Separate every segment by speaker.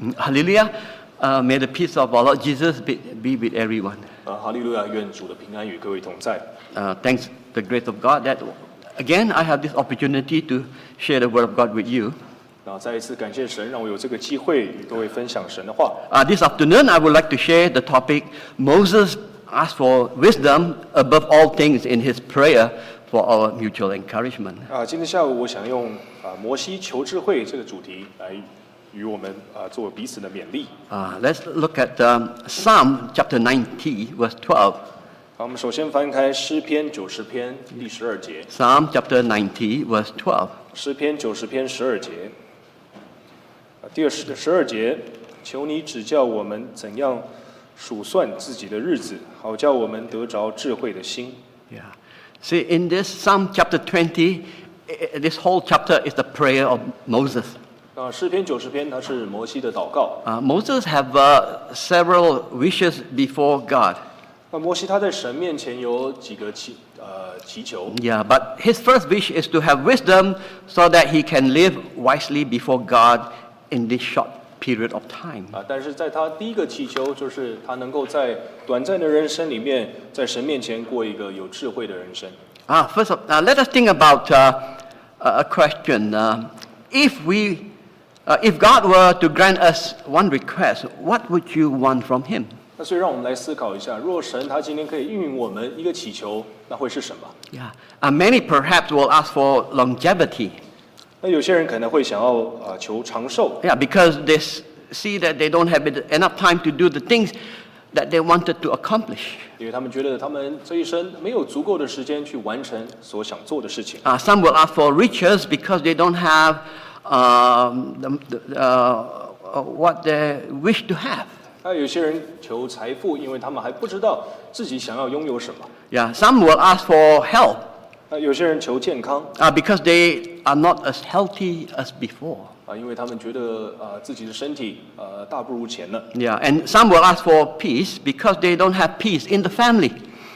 Speaker 1: Mm, Hallelujah. Uh, may the peace of our Lord Jesus be, be with everyone.
Speaker 2: 呃，哈利路亚，愿主的平安与各位同在。
Speaker 1: Uh, thanks the grace of God that again I have this opportunity to share the word of God with you.
Speaker 2: 那再一次感谢神，让我有这个机会与各位分享神的话。
Speaker 1: Uh, this afternoon I would like to share the topic Moses asked for wisdom above all things in his prayer for our mutual encouragement.
Speaker 2: 啊，今天下午我想用啊摩西求智慧这个主题来与我们啊做彼此的勉励。
Speaker 1: Uh, let's look at um, Psalm chapter 90 verse 12.
Speaker 2: 好，我们首先翻开诗篇九十篇第十二节，
Speaker 1: Psalm chapter 90 verse 12.
Speaker 2: 诗篇九十篇十二节。啊，第二十十二节，求你指教我们怎样数算自己的日子，好叫我们得着智慧的心。
Speaker 1: Yeah. See, in this Psalm chapter 20, i- i- this whole chapter is the prayer of Moses.
Speaker 2: 那诗篇九十篇它是摩西的祷告。
Speaker 1: Uh, Moses have uh, several wishes before God.
Speaker 2: 那摩西他在神面前有几个祈呃祈求，
Speaker 1: Yeah, but his first wish is to have wisdom so that he can live wisely before God in this short period of time.
Speaker 2: 啊，但是在他第一个祈求就是他能够在短暂的人生里面，在神面前过一个有智慧的人生。
Speaker 1: Ah, first of, uh, let us think about uh, a a question. Uh, if we, uh, if God were to grant us one request, what would you want from Him?
Speaker 2: 那所以让我们来思考一下，若神他今天可以应允我们一个祈求，那会是什么？
Speaker 1: Yeah. Uh, many perhaps will ask for longevity.
Speaker 2: 那有些人可能会想要啊求长寿，
Speaker 1: Yeah, because they s- see that they don't have it- enough time to do the things that they wanted to accomplish.
Speaker 2: 因为他们觉得他们这一生没有足够的时间去完成所想做的事情。
Speaker 1: Uh, some will ask for riches because they don't have um, the, the, uh, uh, what they wish to have.
Speaker 2: 那有些人求财富，因为他们还不知道自己想要拥有什么。
Speaker 1: Yeah, some will ask for health
Speaker 2: 那有些人求健康，
Speaker 1: uh, because they are not as healthy as before.
Speaker 2: 啊，因为他们觉得呃自己的身体呃大不如前了。
Speaker 1: Yeah, and some will ask for peace because they don't have peace in the family.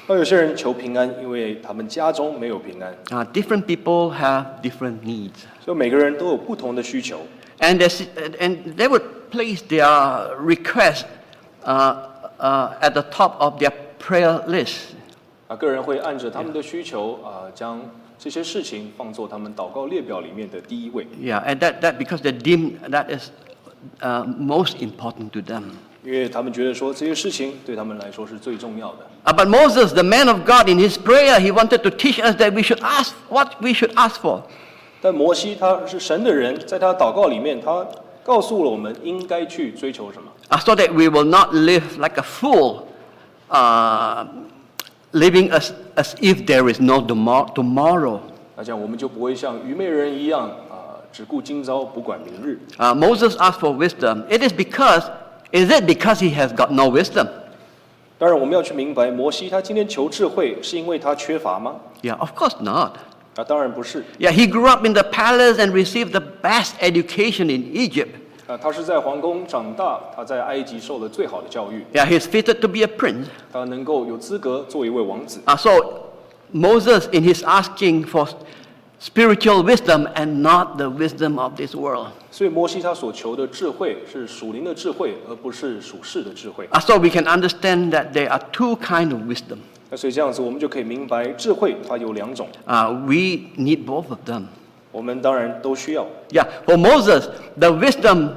Speaker 2: 那有些人求平安，因为他们家中没有平安，
Speaker 1: Uh, different people have different needs.
Speaker 2: 所以每个人都有不同的需求。
Speaker 1: And, they s- and- and they would place their request uh, uh, at the top of their prayer list.
Speaker 2: 啊，个人会按着他们的需求啊、将这些事情放作他们祷告列表里面的第一位，
Speaker 1: Yeah, and that, that because they deem that is uh, most important to them.
Speaker 2: 因为他们觉得说这些事情对他们来说是最重要的。
Speaker 1: Uh, but Moses, the man of God, in his prayer, he wanted to teach us that we should ask what we should ask for.
Speaker 2: 但摩西他是神的人，在他祷告里面，他告诉了我们应该去追求什么，
Speaker 1: uh, so that we will not live like a fool, uh, living as, as if there is no tomo- tomorrow.
Speaker 2: 那这样我们就不会像愚昧人一样啊、只顾今朝不管明日。
Speaker 1: Uh, Moses asked for wisdom. It is because, is it because he has got no wisdom?
Speaker 2: 当然，我们要去明白，摩西他今天求智慧，是因为他缺乏吗？
Speaker 1: Yeah, of course not.
Speaker 2: 啊，当然不是。
Speaker 1: Yeah, he grew up in the palace and received the best education in Egypt.
Speaker 2: 啊，他是在皇宫长大，他在埃及受了最好的教育，
Speaker 1: Yeah, he's fitted to be a prince.
Speaker 2: 他能够有资格做一位王子。
Speaker 1: Uh, so Moses, in his asking for spiritual wisdom and not the wisdom of this world.
Speaker 2: 所以摩西他所求的智慧是属灵的智慧，而不是属世的智慧。
Speaker 1: Uh, so we can understand that there are two kinds of wisdom.
Speaker 2: 那所以这样子，我们就可以明白，智慧它有两种，
Speaker 1: Uh, we need both of them.
Speaker 2: 我们当然都需要。
Speaker 1: Yeah, for Moses, the wisdom,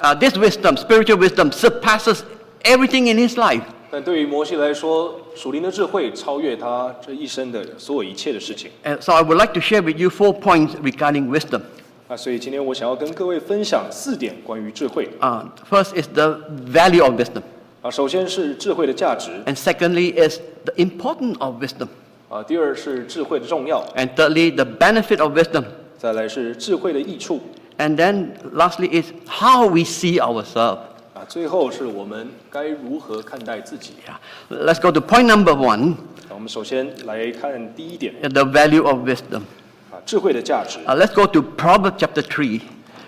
Speaker 1: uh, this wisdom, spiritual wisdom, surpasses everything in his life.
Speaker 2: 但对于摩西来说，属灵的智慧超越他这一生的所有一切的事情。
Speaker 1: And so I would like to share with you four points regarding wisdom.
Speaker 2: 啊，所以今天我想要跟各位分享四点关于智慧。
Speaker 1: Uh, first is the value of wisdom,
Speaker 2: 啊，首先是智慧的价值，
Speaker 1: and secondly is the importance of wisdom,
Speaker 2: 啊，第二是智慧的重要，
Speaker 1: and thirdly the benefit of wisdom,
Speaker 2: 再来是智慧的益处，
Speaker 1: and then lastly is how we see ourselves.
Speaker 2: 啊，最后是我们该如何看待自己。
Speaker 1: Yeah. Let's go to point number one:
Speaker 2: 那我们首先来看第一点
Speaker 1: the value of wisdom.
Speaker 2: 啊，智慧的价值。
Speaker 1: Uh, let's go to Proverbs chapter three.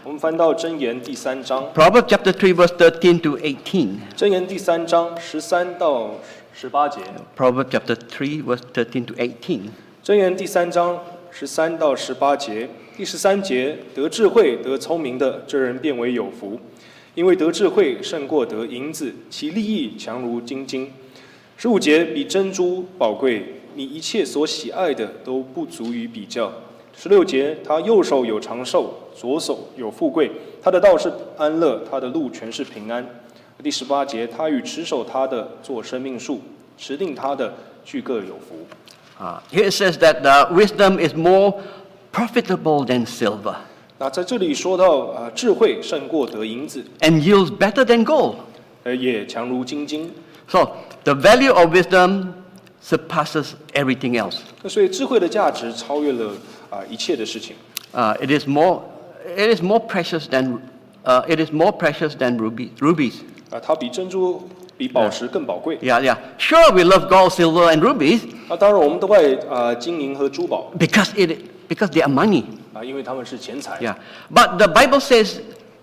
Speaker 2: 我们翻到箴言第三章，
Speaker 1: Proverbs chapter 3, verse 13 to 18.
Speaker 2: 箴言第三章十三到十八节，
Speaker 1: Proverbs chapter 3, verse 13 to 18.
Speaker 2: 箴言第三章十三到十八节，第十三节得智慧得聪明的，这人变为有福；因为得智慧胜过得银子，其利益强如金金。十五节比珍珠宝贵，你一切所喜爱的都不足以比较。十六节，他右手有长寿，左手有富贵，他的道是安乐，他的路全是平安。第十八节，他与持守他的做生命树，持定他的俱各有福。
Speaker 1: Uh, here it says that uh, wisdom is more profitable than silver
Speaker 2: 那在这里说到啊、呃智慧胜过得银子，
Speaker 1: and yields better than gold.
Speaker 2: 呃，也强如金金。
Speaker 1: So the value of wisdom surpasses everything else.
Speaker 2: 那所以智慧的价值超越了啊、一切的事情，
Speaker 1: Uh, it is more, it is more precious than, uh, it is more precious than ruby, rubies.
Speaker 2: 啊、它比珍珠、比宝石更宝贵。
Speaker 1: Yeah, yeah. Sure, we love gold, silver, and rubies
Speaker 2: 那当然，我们都爱啊、金银和珠宝
Speaker 1: because it, because they are money.
Speaker 2: 啊、因为它们是钱财。
Speaker 1: Yeah. But the Bible says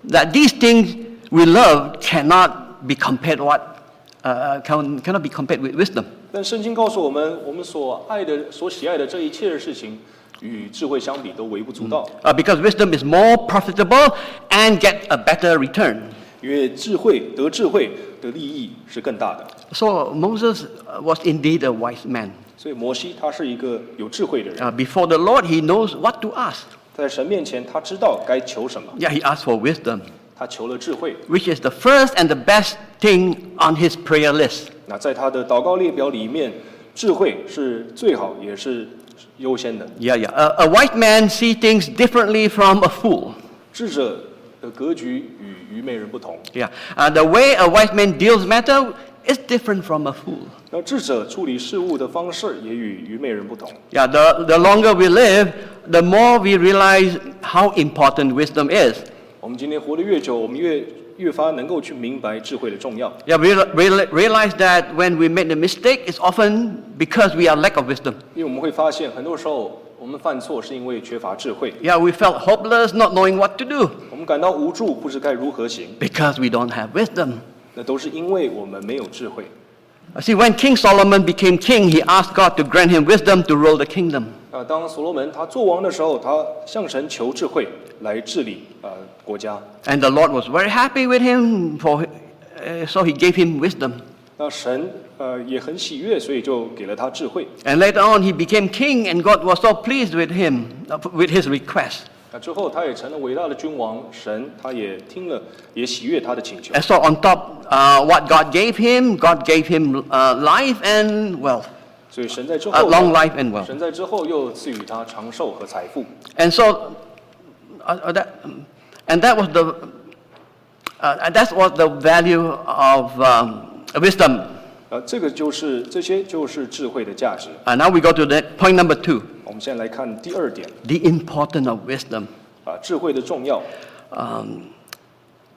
Speaker 1: that these things we love cannot be compared what, uh, can, cannot be compared with wisdom.
Speaker 2: 但圣经告诉我们，我们所爱的、所喜爱的这一切的事情，与智慧相比都微不足道，
Speaker 1: Uh, because wisdom is more profitable and get a better return.
Speaker 2: 因为智慧得智慧的利益是更大的。
Speaker 1: So Moses uh, was indeed a wise man.
Speaker 2: 所以摩西他是一个有智慧的人，
Speaker 1: Uh, before the Lord, he knows what to ask.
Speaker 2: 在神面前他知道该求什么，
Speaker 1: Yeah, he asked for wisdom,
Speaker 2: 他求了智慧。
Speaker 1: which is the first and the best thing on his prayer list.
Speaker 2: 那在他的祷告列表里面，智慧是最好也是优先的。
Speaker 1: Yeah, yeah. A- a wise man see things differently from a fool.
Speaker 2: 智者的格局与愚昧人不同，
Speaker 1: Yeah. Uh, the way a wise man deals matter is different from a fool.
Speaker 2: 那智者处理事物的方式也与愚昧人不同。
Speaker 1: Yeah, the, the longer we live, the more we realize how important wisdom is.
Speaker 2: 我们今天活得越久，我们越越发能够去明白智慧的重要。
Speaker 1: Yeah, we re- real- realize that when we make a mistake, it's often because we are lack of wisdom.
Speaker 2: 因为我们会发现，很多时候我们犯错是因为缺乏智慧，
Speaker 1: Yeah, we felt hopeless, not knowing what to do
Speaker 2: 我们感到无助，不知该如何行，
Speaker 1: because we don't have wisdom.
Speaker 2: 那都是因为我们没有智慧。
Speaker 1: Uh, See, when King Solomon became king, he asked God to grant him wisdom to rule the kingdom.
Speaker 2: 那当所罗门他做王的时候，他向神求智慧来治理呃国家。
Speaker 1: And the Lord was very happy with him, for, uh, so he gave him wisdom.
Speaker 2: 那神呃也很喜悦，所以就给了他智慧。
Speaker 1: And later on, he became king, and God was so pleased with him, uh, with his request.
Speaker 2: 那之后他也成了伟大的君王，神他也听了，也喜悦他的请求。
Speaker 1: And so, on top uh, what God gave him, God gave him uh, life and wealth,
Speaker 2: 所以神在之
Speaker 1: uh,
Speaker 2: 后，
Speaker 1: long life and wealth.
Speaker 2: 神在之后又赐予他长寿和财富。
Speaker 1: And so, uh, uh, that, and that was the, uh, that was the value of um, wisdom.
Speaker 2: 呃，这个就是这些就是智慧的价值。
Speaker 1: Uh, now we go to the point number two,
Speaker 2: 我们现在来看第二点
Speaker 1: the importance of wisdom.
Speaker 2: 啊，智慧的重要。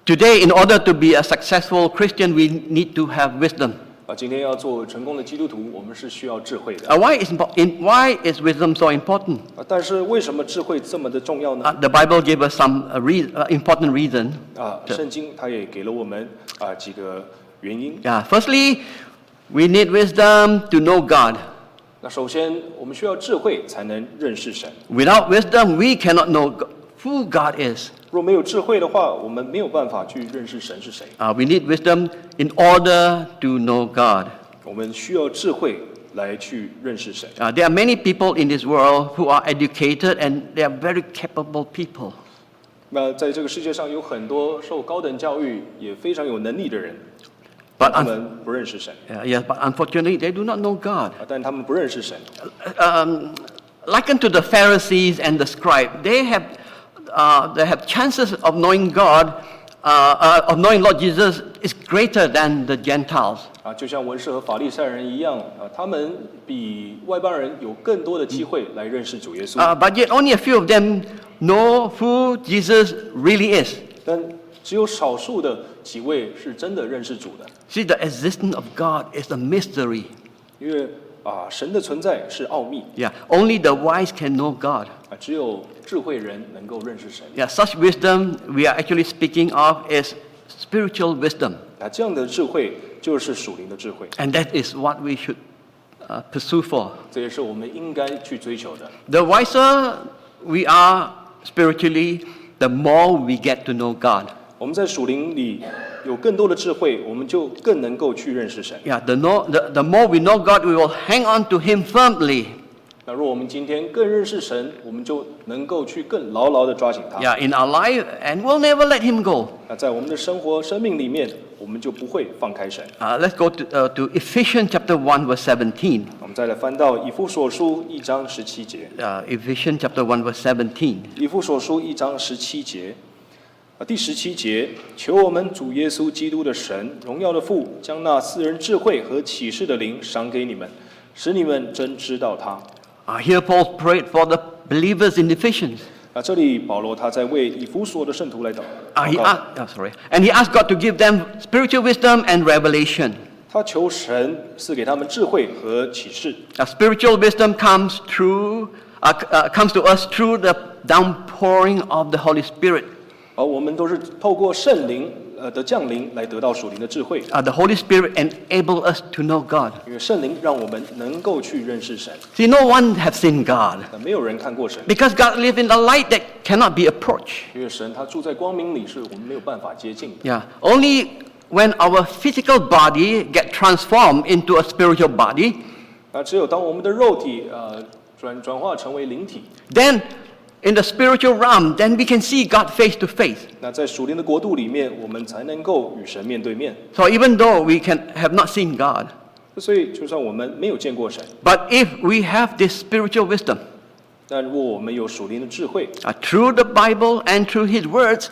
Speaker 1: Today, in order to be a successful Christian, we need to have wisdom.
Speaker 2: 啊，今天要做成功的基督徒，我们是需要智慧的。
Speaker 1: Uh, why, is, impo- in, why is wisdom so important?
Speaker 2: 啊，但是为什么智慧这么的重要
Speaker 1: Uh,
Speaker 2: 呢？
Speaker 1: the Bible gave us some uh, rea- uh, important reason.
Speaker 2: 啊，圣经它也给了我们啊几个原因。
Speaker 1: Yeah, firstly, we need wisdom to know God.
Speaker 2: 那首先，我们需要智慧才能认识神。
Speaker 1: Without wisdom, we cannot know go- who God is.
Speaker 2: 若没有智慧的话，我们没有办法去认识神是谁。
Speaker 1: Uh, we need wisdom in order to know God.
Speaker 2: 我们需要智慧来去认识神。
Speaker 1: Uh, there are many people in this world who are educated and they are very capable people.
Speaker 2: 那在这个世界上有很多受高等教育也非常有能力的人，
Speaker 1: But,
Speaker 2: 他
Speaker 1: un-
Speaker 2: 们不认识神
Speaker 1: yeah, yes, but unfortunately, they do not know God.
Speaker 2: 啊，但他们不认识神。
Speaker 1: Um, likened to the Pharisees and the scribe, they have, uh, they have chances of knowing God, uh, uh, of knowing Lord Jesus, is greater than the Gentiles.
Speaker 2: 啊，就像文士和法利赛人一样，啊，他们比外邦人有更多的机会来认识主耶稣，
Speaker 1: Uh, but yet, only a few of them know who Jesus really is.
Speaker 2: 但只有少数的几位是真的认识主的，
Speaker 1: See, the existence of God is a mystery.
Speaker 2: 因为啊，神的存在是奥秘
Speaker 1: Yeah, only the wise can know God.
Speaker 2: 啊，只有智慧人能够认识神。
Speaker 1: Yeah, such wisdom we are actually speaking of is spiritual wisdom,
Speaker 2: 啊，这样的智慧就是属灵的智慧，
Speaker 1: and that is what we should uh, pursue for.
Speaker 2: 这也是我们应该去追求的。
Speaker 1: The wiser we are spiritually, the more we get to know God.
Speaker 2: 我们在属灵里有更多的智慧，我们就更能够去认识神。
Speaker 1: Yeah, the, know, the, the more we know God, we will hang on to Him firmly.
Speaker 2: 那若我们今天更认识神，我们就能够去更牢牢地抓紧他。
Speaker 1: Yeah, in our life, and we'll never let Him go.
Speaker 2: 那在我们的生活、生命里面，我们就不会放开神。
Speaker 1: Uh, let's go to, uh, to Ephesians chapter 1, verse 17.
Speaker 2: 我们再来翻到以父所书一章十七节，
Speaker 1: Uh, Ephesians chapter 1, verse 17.
Speaker 2: 以父所书一章十七节。啊，第十七节，求我们主耶稣基督的神，荣耀的父，将那私人智慧和启示的灵赏给你们，使你们真知道他。
Speaker 1: Uh, here Paul prayed for the believers in Ephesians.
Speaker 2: 啊，这里保罗他在为以弗所的圣徒来祷
Speaker 1: Uh, he
Speaker 2: 祷告，
Speaker 1: asked, oh, sorry. And he asked God to give them spiritual wisdom and revelation.
Speaker 2: 他求神赐给他们智慧和启示。
Speaker 1: Uh, spiritual wisdom comes through, uh, c- uh, comes to us through the downpouring of the Holy Spirit.
Speaker 2: 而啊我们都是透过圣灵呃的降临来得到属灵的智慧，
Speaker 1: Uh, the Holy Spirit enables us to know God.
Speaker 2: 因为圣灵让我们能够去认识神。
Speaker 1: See, no one has seen God
Speaker 2: 那没有人看过神，
Speaker 1: because God lives in the light that cannot be approached.
Speaker 2: 因为神他住在光明里，是我们没有办法接近的。
Speaker 1: Yeah, only when our physical body get transformed into a spiritual body,
Speaker 2: 那只有当我们的肉体呃转转化成为灵体，
Speaker 1: then in the spiritual realm, then we can see God face to face.
Speaker 2: 那在属灵的国度里面，我们才能够与神面对面。
Speaker 1: So even though we can have not seen God,
Speaker 2: 所以，就算我们没有见过神，
Speaker 1: but if we have this spiritual wisdom
Speaker 2: 但如果我们有属灵的智慧，
Speaker 1: uh, through the Bible and through His words,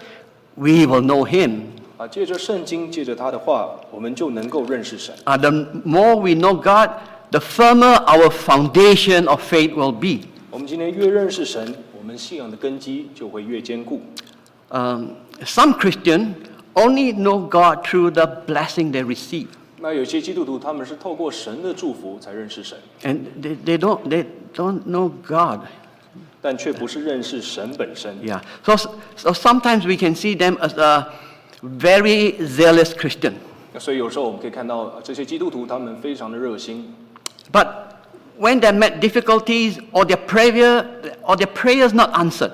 Speaker 1: we will know Him.
Speaker 2: 啊，借着圣经，借着他的话，我们就能够认识神。
Speaker 1: Uh, the more we know God, the firmer our foundation of faith will be.
Speaker 2: 我们今天越认识神，我们信仰的根基就会越坚固。
Speaker 1: Um, some Christians only know God through the blessing they receive,
Speaker 2: 那有些基督徒他们是透过神的祝福才认识神，
Speaker 1: and they, they don't they don't know God.
Speaker 2: 但却不是认识神本身。
Speaker 1: Yeah. So so sometimes we can see them as a very zealous Christian,
Speaker 2: 那所以有时候我们可以看到呃这些基督徒他们非常的热心，
Speaker 1: but when they met difficulties or their prayer or their prayers not answered,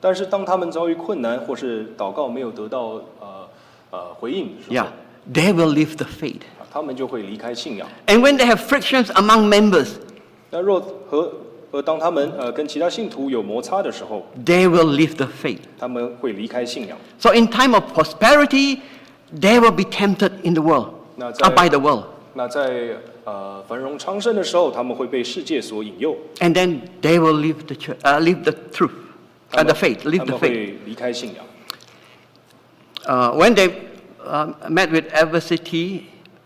Speaker 2: 但是当他们遭遇困难或是祷告没有得到呃呃回应的时候
Speaker 1: yeah, they will leave the faith.
Speaker 2: 啊他们就会离开信仰。
Speaker 1: And when they have frictions among members,
Speaker 2: 那若和和当他们呃跟其他信徒有摩擦的时候，
Speaker 1: they will leave the faith.
Speaker 2: 他们会离开信仰。
Speaker 1: So in time of prosperity, they will be tempted in the world,
Speaker 2: No, it's
Speaker 1: uh, by
Speaker 2: a-
Speaker 1: the world.
Speaker 2: 那在呃繁荣昌盛的时候，他们会被世界所引诱，
Speaker 1: And then they will leave the, church, uh, leave the truth, uh,
Speaker 2: 他
Speaker 1: the
Speaker 2: 们
Speaker 1: faith, leave
Speaker 2: 他
Speaker 1: the faith.
Speaker 2: 们会离开信仰。
Speaker 1: Uh, when they uh, met with adversity,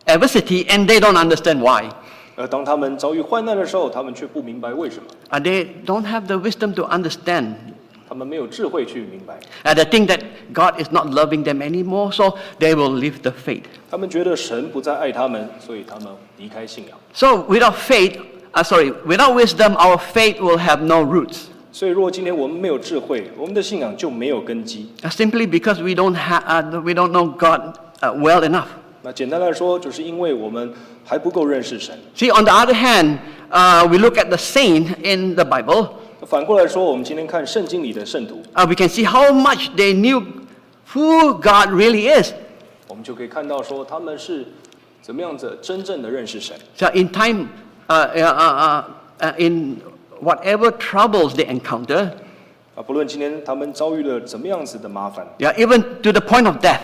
Speaker 1: adversity, and they don't understand why.
Speaker 2: 而当他们遭遇患难的时候，他们却不明白为什么，
Speaker 1: Uh, they don't have the wisdom to understand.
Speaker 2: 他们没有智慧去明白，
Speaker 1: Uh, they think that God is not loving them anymore, so they will leave the faith.
Speaker 2: 他们觉得神不再爱他们，所以他们离开信仰。
Speaker 1: So without faith, uh, sorry, without wisdom, our faith will have no roots.
Speaker 2: 所以，如果今天我们没有智慧，我们的信仰就没有根基。
Speaker 1: Uh, simply because we don't, ha- uh, we don't know God uh, well enough.
Speaker 2: 那简单来说，就是因为我们还不够认识神。
Speaker 1: See, on the other hand, uh, we look at the saint in the Bible,
Speaker 2: 反过来说，我们今天看圣经里的圣徒，
Speaker 1: uh, we can see how much they knew who God really is.
Speaker 2: 我们就可以看到说他们是怎么样子真正的认识神。
Speaker 1: So, in time, uh, uh, uh, uh, uh, in whatever troubles they encounter,
Speaker 2: 啊，不论今天他们遭遇了怎么样子的麻烦，
Speaker 1: yeah, even to the point of death,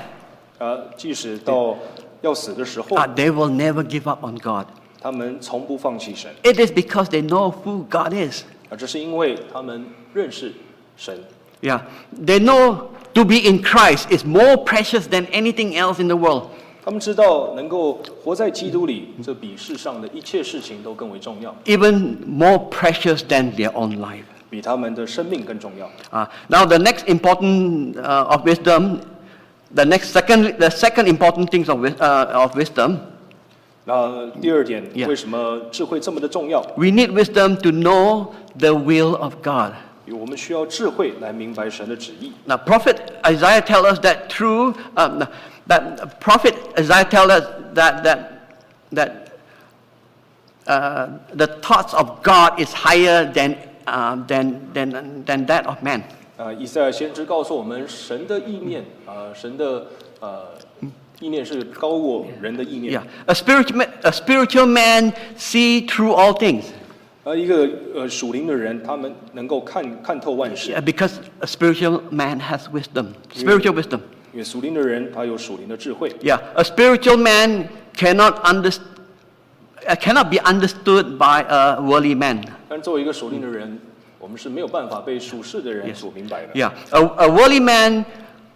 Speaker 2: 啊，即使到要死的时候，
Speaker 1: uh, they will never give up on God.
Speaker 2: 他们从不放弃神，
Speaker 1: It is because they know who God is.
Speaker 2: 啊，这是因为他们认识神，
Speaker 1: Yeah, they know to be in Christ is more precious than anything else in the world.
Speaker 2: 他们知道能够活在基督里，这比世上的一切事情都更为重要，
Speaker 1: even more precious than their own life.
Speaker 2: 比他们的生命更重要。
Speaker 1: Uh, now, the next important uh, of wisdom, the next second, the second important things of, wis- uh, of wisdom,
Speaker 2: 那第二点
Speaker 1: Yeah.，
Speaker 2: 为什么智慧这么的重要？
Speaker 1: we need wisdom to know the will of God.
Speaker 2: 因为我们需要智慧来明白神的旨意。
Speaker 1: Now, prophet Isaiah tells us that through um, that prophet Isaiah tells us that that that uh, the thoughts of God is higher um, than uh, than, than than that of man.
Speaker 2: 啊、呃，以赛亚先知告诉我们，神的意念，呃，神的呃意念是高过人的意念。
Speaker 1: Yeah. A spiritual, ma- a spiritual man see through all things
Speaker 2: 而一个呃属灵的人，他们能够看看透万事
Speaker 1: Yeah,，because a spiritual man has wisdom, spiritual wisdom.
Speaker 2: 因为属灵的人他有属灵的智慧。
Speaker 1: Yeah, a spiritual man cannot under, uh, cannot be understood by a worldly man.
Speaker 2: 但作为一个属灵的人，我们是没有办法被属世的人所明白的。
Speaker 1: Yeah, a, a worldly man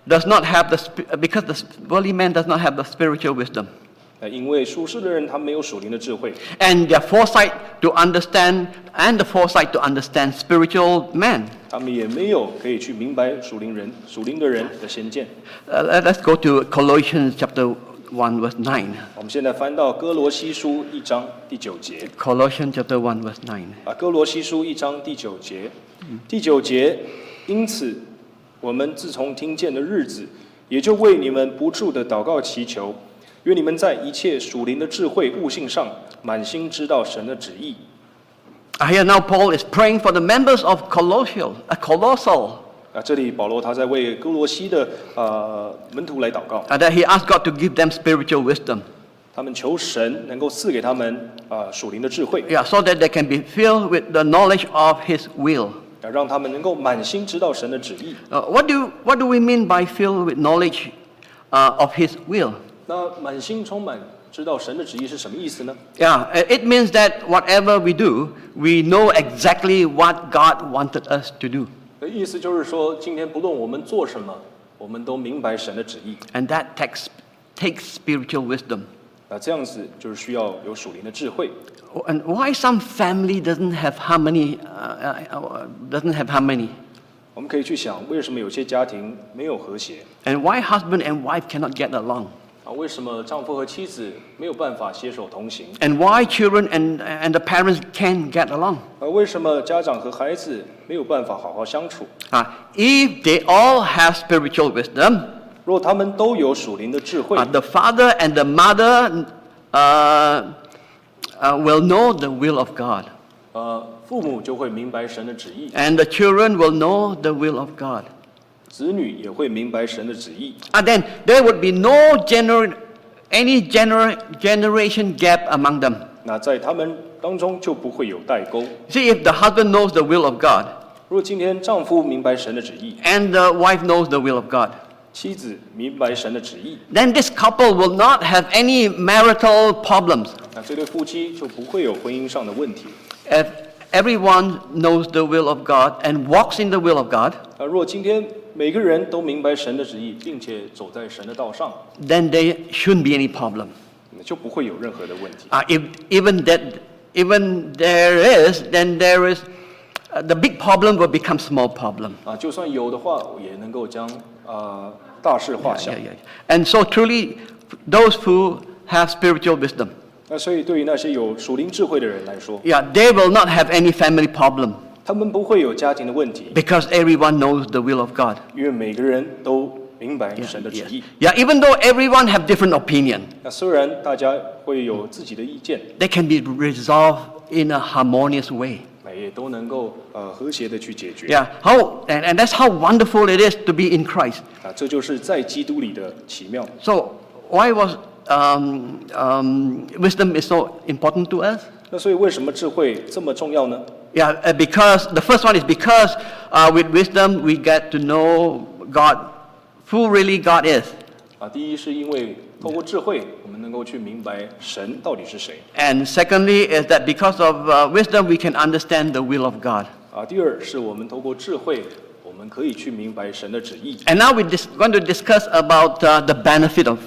Speaker 1: does not have the sp- uh, because the sp- worldly man does not have the spiritual wisdom
Speaker 2: 呃，因为属世的人他没有属灵的智慧，
Speaker 1: and their foresight to understand and the foresight to understand spiritual man.
Speaker 2: 他们也没有可以去明白属灵人属灵的人的先见。
Speaker 1: Uh, let- let's go to Colossians chapter one verse nine.
Speaker 2: 我们现在翻到哥罗西书一章第九节。
Speaker 1: Colossians chapter one verse nine.
Speaker 2: 啊，哥罗西书一章第九节，第九节，因此我们自从听见的日子，也就为你们不住的祷告祈求，愿你们在一切属灵的智慧悟性上，满心知道神的旨意。
Speaker 1: Uh, Here now Paul is praying for the members of Colossial, uh, Colossal.
Speaker 2: 啊，这里保罗他在为哥罗西的呃门徒来祷告，
Speaker 1: uh, that he asked God to give them spiritual wisdom,
Speaker 2: 他们求神能够赐给他们啊、属灵的智慧，
Speaker 1: yeah, so that they can be filled with the knowledge of His will.
Speaker 2: 啊，让他们能够满心知道神的旨意。
Speaker 1: Uh, what do what do we mean by filled with knowledge uh, of His will?
Speaker 2: 那满心充满知道神的旨意是什么意思呢？
Speaker 1: Yeah, uh, it means that whatever we do, we know exactly what God wanted us to do,
Speaker 2: 的呃意思就是说，今天不论我们做什么，我们都明白神的旨意。
Speaker 1: and that takes takes spiritual wisdom.
Speaker 2: 那这样子就是需要有属灵的智慧。
Speaker 1: Oh, And why some family doesn't have harmony? Uh, uh, uh, doesn't have harmony,
Speaker 2: 我们可以去想，为什么有些家庭没有和谐
Speaker 1: and why husband and wife cannot get along?
Speaker 2: 啊？为什么丈夫和妻子没有办法携手同行？
Speaker 1: and why children and, and the parents can get along.
Speaker 2: 啊，为什么家长和孩子没有办法好好相处？
Speaker 1: Uh, if they all have spiritual wisdom,
Speaker 2: 若他们都有属灵的智慧
Speaker 1: uh,，the father and the mother uh, uh, will know the will of God,
Speaker 2: 呃，父母就会明白神的旨意，
Speaker 1: and the children will know the will of God.
Speaker 2: 子女也会明白神的旨意。
Speaker 1: And then there would be no gener- any gener- generation gap among them.
Speaker 2: 那在他们当中就不会有代沟。
Speaker 1: See, if the husband knows the will of God
Speaker 2: 若今天丈夫明白神的旨意，
Speaker 1: and the wife knows the will of God,
Speaker 2: 妻子明白神的旨意，
Speaker 1: then this couple will not have any marital problems.
Speaker 2: 那这对夫妻就不会有婚姻上的问题。
Speaker 1: If everyone knows the will of God and walks in the will of God,
Speaker 2: 啊，若今天每个人都明白神的旨意，并且走在神的道上，
Speaker 1: then there shouldn't be any problem.
Speaker 2: 那就不会有任何的问题。
Speaker 1: Uh, if even that, even there is, then there is, uh, the big problem will become small problem.
Speaker 2: 啊，就算有的话，我也能够将啊大事化小
Speaker 1: Yeah,。yeah, yeah. And so truly, those who have spiritual wisdom,
Speaker 2: 那所以，对于那些有属灵智慧的人来说，
Speaker 1: yeah, they will not have any family problem
Speaker 2: 他们不会有家庭的问题，
Speaker 1: because everyone knows the will of God.
Speaker 2: 因为每个人都明白神的旨
Speaker 1: Yes.
Speaker 2: 意。
Speaker 1: Yeah, even though everyone have different opinion,
Speaker 2: 那虽然大家会有自己的意见，
Speaker 1: they can be resolved in a harmonious way.
Speaker 2: 那也都能够呃和谐的去解决。
Speaker 1: Yeah, how and, and that's how wonderful it is to be in Christ.
Speaker 2: 啊，这就是在基督里的奇妙。
Speaker 1: So why was um, um, wisdom is so important to us?
Speaker 2: 那所以为什么智慧这么重要呢？
Speaker 1: Yeah, uh, because the first one is because uh, with wisdom we get to know God, who really God is,
Speaker 2: 啊，第一是因为透过智慧，我们能够去明白神到底是谁。
Speaker 1: and secondly is that because of uh, wisdom we can understand the will of God.
Speaker 2: 啊，第二是我们透过智慧，我们可以去明白神的旨意。
Speaker 1: And now we're dis- going to discuss about uh, the benefit of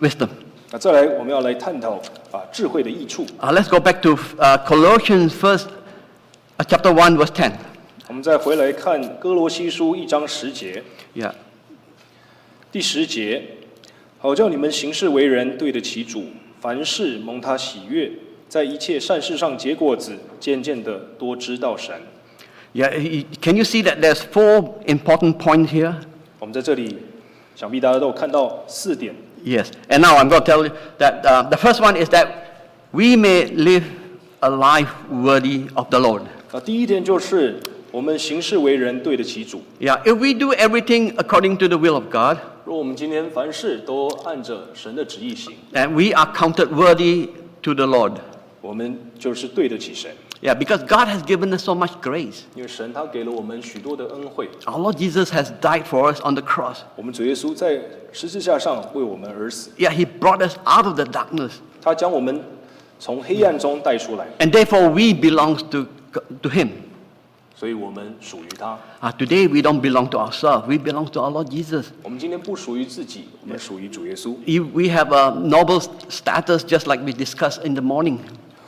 Speaker 1: wisdom.
Speaker 2: 那再来，我们要来探讨啊智慧的益处。
Speaker 1: Uh, let's go back to uh, Colossians first, uh, chapter one, verse ten.
Speaker 2: 我们再回来看哥罗西书一章十节，
Speaker 1: Yeah.
Speaker 2: 第十节，好叫你们行事为人对得起主，凡事蒙他喜悦，在一切善事上结果子，渐渐的多知道神。
Speaker 1: Yeah, y- y- can you see that there's four important points here?
Speaker 2: 我们在这里，想必大家都有看到四点
Speaker 1: Yes. And now I'm going to tell you that uh, the first one is that we may live a life worthy of the Lord.
Speaker 2: 啊，第一点就是我们行事为人对得起主。
Speaker 1: Yeah, if we do everything according to the will of God,
Speaker 2: 若我们今天凡事都按着神的旨意行，
Speaker 1: then we are counted worthy to the Lord.
Speaker 2: 我们就是对得起神，
Speaker 1: Yeah, because God has given us so much grace.
Speaker 2: 因为神他给了我们许多的恩惠。
Speaker 1: Our Lord Jesus has died for us on the cross.
Speaker 2: 我们主耶稣在十字架上为我们而死，
Speaker 1: Yeah, He brought us out of the darkness.
Speaker 2: 他将我们从黑暗中带出来，
Speaker 1: And therefore, we belong to, to Him.
Speaker 2: 所以我们属于他。
Speaker 1: Uh, today, we don't belong to ourselves. We belong to our Lord Jesus.
Speaker 2: 我们今天不属于自己，我们属于主耶稣。
Speaker 1: If We have a noble status, just like we discussed in the morning.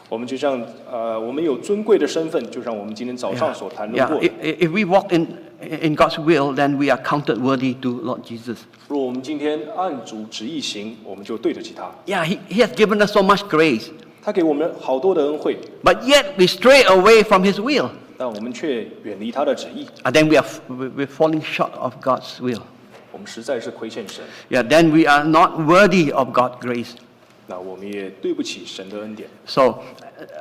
Speaker 2: 我们就像呃，我们有尊贵的身份，就像我们今天早上所谈论
Speaker 1: Yeah,
Speaker 2: 过
Speaker 1: i- i- if, we walk in, in God's will, then we are counted worthy to Lord Jesus.
Speaker 2: 若我们今天按主旨意行，我们就对得起他。
Speaker 1: Yeah, he, he has given us so much grace,
Speaker 2: 他给我们好多的恩惠，
Speaker 1: but yet we stray away from His will,
Speaker 2: 但我们却远离他的旨意，
Speaker 1: and then we are f- we- we're falling short of God's will.
Speaker 2: 我们实在是亏欠神。
Speaker 1: Yeah, then we are not worthy of God's grace.
Speaker 2: 那我们也对不起神的恩典。
Speaker 1: So, uh,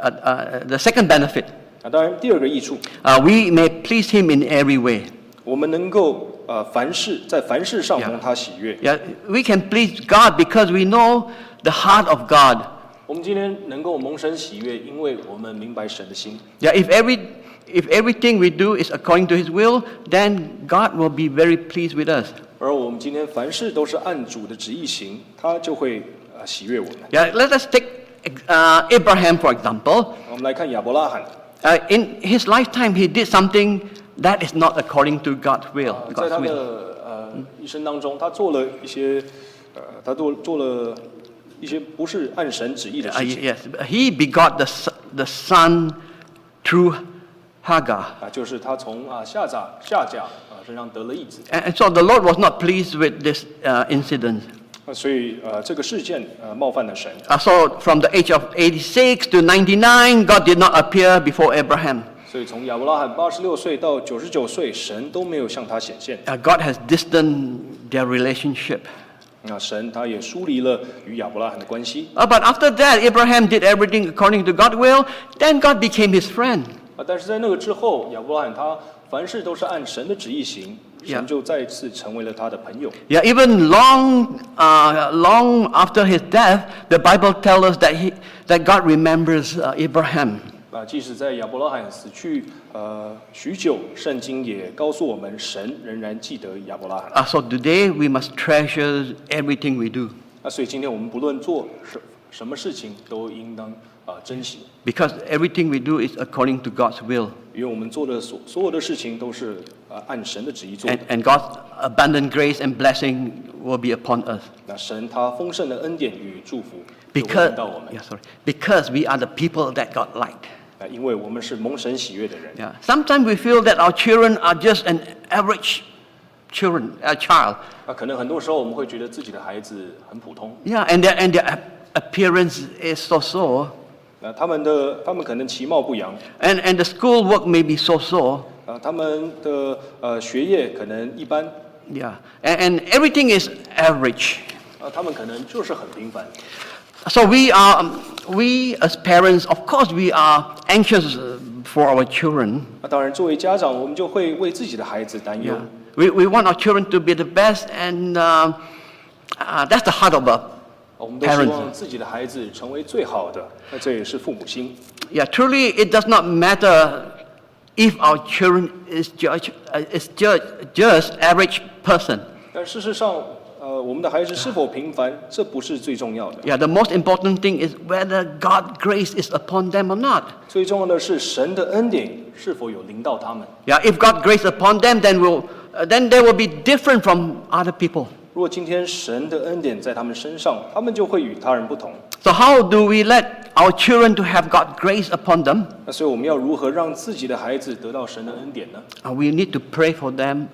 Speaker 1: uh, the second benefit,
Speaker 2: 那当然，第二个益处，
Speaker 1: uh, we may please Him in every way.
Speaker 2: 我们能够呃凡事在凡事上
Speaker 1: Yeah.
Speaker 2: 蒙他喜悦。
Speaker 1: Yeah, we can please God because we know the heart of God.
Speaker 2: 我们今天能够蒙神喜悦，因为我们明白神的心。
Speaker 1: Yeah, if every if everything we do is according to His will, then God will be very pleased with us.
Speaker 2: 而我们今天凡事都是按主的旨意行，他就会呃喜悦我们。
Speaker 1: Yeah, let us take uh, Abraham for example.
Speaker 2: 我们来看亚伯拉罕，
Speaker 1: Uh, in his lifetime, he did something that is not according to God's will.
Speaker 2: 呃在
Speaker 1: God's
Speaker 2: 他
Speaker 1: will.
Speaker 2: 的呃一生当中，他做了一些呃，他做做了一些不是按神旨意的
Speaker 1: Uh,
Speaker 2: 事
Speaker 1: y-
Speaker 2: 情
Speaker 1: yes, he begot the s- the son through Hagar,
Speaker 2: 啊，就是他从啊夏甲夏甲啊身上得了义子，
Speaker 1: and, and so the Lord was not pleased with this uh, incident.
Speaker 2: 那所以呃这个事件呃冒犯了神，
Speaker 1: Uh, so from the age of 86 to 99, God did not appear before Abraham.
Speaker 2: 所以从亚伯拉罕八十六岁到九十九岁，神都没有向他显现。
Speaker 1: Uh, God has distanced their relationship.
Speaker 2: 那神他也疏离了与亚伯拉罕的关系
Speaker 1: Uh, but after that, Abraham did everything according to God's will. Then God became his friend.
Speaker 2: 啊，但是在那个之后，亚伯拉罕他凡事都是按神的旨意行，神
Speaker 1: Yeah.
Speaker 2: 就再次成为了他的朋友。
Speaker 1: Yeah, even long, uh, long after his death, the Bible tells us that, he, that God remembers uh, Abraham.
Speaker 2: 啊，即使在亚伯拉罕死去呃许久，圣经也告诉我们，神仍然记得亚伯拉罕。
Speaker 1: Uh, so today we must treasure everything we do
Speaker 2: 那所以今天我们不论做什什么事情，都应当啊、珍惜，
Speaker 1: because everything we do is according to God's will.
Speaker 2: 因为我们做的所所有的事情都是啊、按神的旨意做的
Speaker 1: And,。and God's abundant grace and blessing will be upon us
Speaker 2: 那神他丰盛的恩典与祝福就会临
Speaker 1: because,
Speaker 2: 到我们
Speaker 1: yeah, sorry, because we are the people that God liked.
Speaker 2: 啊，因为我们是蒙神喜悦的人。
Speaker 1: Yeah. Sometimes we feel that our children are just an average children, a child.
Speaker 2: 那可能很多时候我们会觉得自己的孩子很普通，
Speaker 1: Yeah, and their, and their ap- appearance is so-so.
Speaker 2: 那他们的他们可能其貌不扬，
Speaker 1: And, and the schoolwork may be so-so.
Speaker 2: 啊，他们的呃学业可能一般，
Speaker 1: Yeah. And, and everything is average.
Speaker 2: 啊，他们可能就是很平凡。
Speaker 1: So we are, um, we as parents, of course, we are anxious uh, for our children.
Speaker 2: 啊那当然，作为家长，我们就会为自己的孩子担忧啊
Speaker 1: Yeah. We, we want our children to be the best, and uh, uh, that's the heart of a
Speaker 2: 啊我们都希
Speaker 1: Parents
Speaker 2: 望自己的孩子成为最好的，那这也是父母心。
Speaker 1: Yeah, truly, it does not matter if our children is judged uh, is judged just average person.
Speaker 2: 但事实上，呃，我们的孩子是否平凡，这不是最重要的。
Speaker 1: Yeah, the most important thing is whether God's grace is upon them or not.
Speaker 2: 最重要的是神的恩典是否有临到他们。
Speaker 1: Yeah, if God's grace upon them, then will uh, then they will be different from other people.
Speaker 2: 如果今天神的恩典在他们身上，他们就会与他人不同。
Speaker 1: So how do we let our children to have God's grace upon them?
Speaker 2: 那所以我们要如何让自己的孩子得到神的恩典呢？
Speaker 1: Uh, we need to pray for them,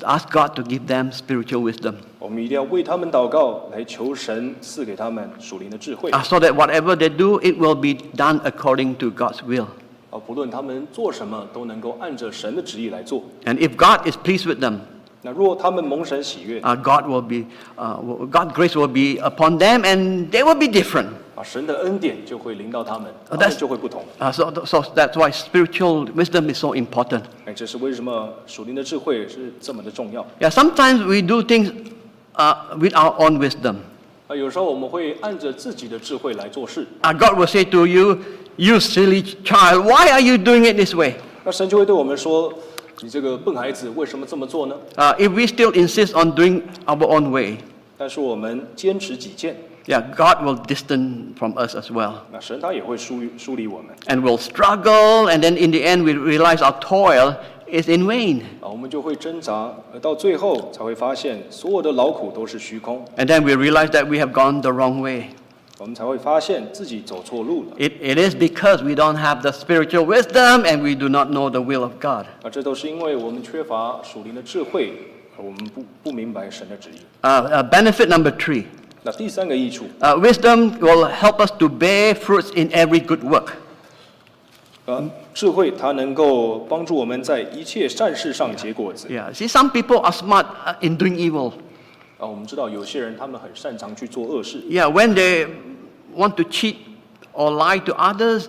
Speaker 1: ask God to give them spiritual wisdom,
Speaker 2: 我们一定要为他们祷告，来求神赐给他们属灵的智慧
Speaker 1: uh,
Speaker 2: 啊！
Speaker 1: so that whatever they do, it will be done according to God's will.
Speaker 2: 不论他们做什么，都能够按着神的旨意来做。
Speaker 1: And if God is pleased with them,
Speaker 2: 那若他们蒙神喜悦
Speaker 1: uh, God will be, uh, God grace will be upon them, and they will be different.
Speaker 2: 啊，神的恩典就会临到他们，他
Speaker 1: Oh,
Speaker 2: 们
Speaker 1: that's-
Speaker 2: 就会不同。
Speaker 1: Uh, so, so that's why spiritual wisdom is so important.
Speaker 2: 哎，这是为什么属灵的智慧是这么的重要。
Speaker 1: Yeah, sometimes we do things uh, with our own wisdom.
Speaker 2: 啊，有时候我们会按着自己的智慧来做事，
Speaker 1: Uh, God will say to you, "You silly child, why are you doing it this way?"
Speaker 2: 那神就会对我们说：“你这个笨孩子，为什么这么做呢
Speaker 1: Uh, if we still insist on doing our own way, ?”
Speaker 2: 但是我们坚持己见，
Speaker 1: yeah, God will distance from us as well,
Speaker 2: 那神他也会疏于疏离我们
Speaker 1: and we'll struggle. And then in the end, we realize our toil is in vain,
Speaker 2: 啊，我们就会挣扎，而到最后才会发现所有的劳苦都是虚空，
Speaker 1: and then we realize that we have gone the wrong way.
Speaker 2: 我们才会发现自己走错路了。
Speaker 1: It, it is because we don't have the spiritual wisdom and we do not know the will of God.
Speaker 2: 啊，这都是因为我们缺乏属灵的智慧，而我们不不明白神的旨意。
Speaker 1: Uh, uh, benefit number three
Speaker 2: 那第三个益处，
Speaker 1: uh, wisdom will help us to bear fruits in every good work.
Speaker 2: 呃，智慧它能够帮助我们在一切善事上结果子。
Speaker 1: Yeah, see, some people are smart uh, in doing evil.
Speaker 2: 啊，我们知道有些人他们很擅长去做恶事，
Speaker 1: Yeah, when they want to cheat or lie to others,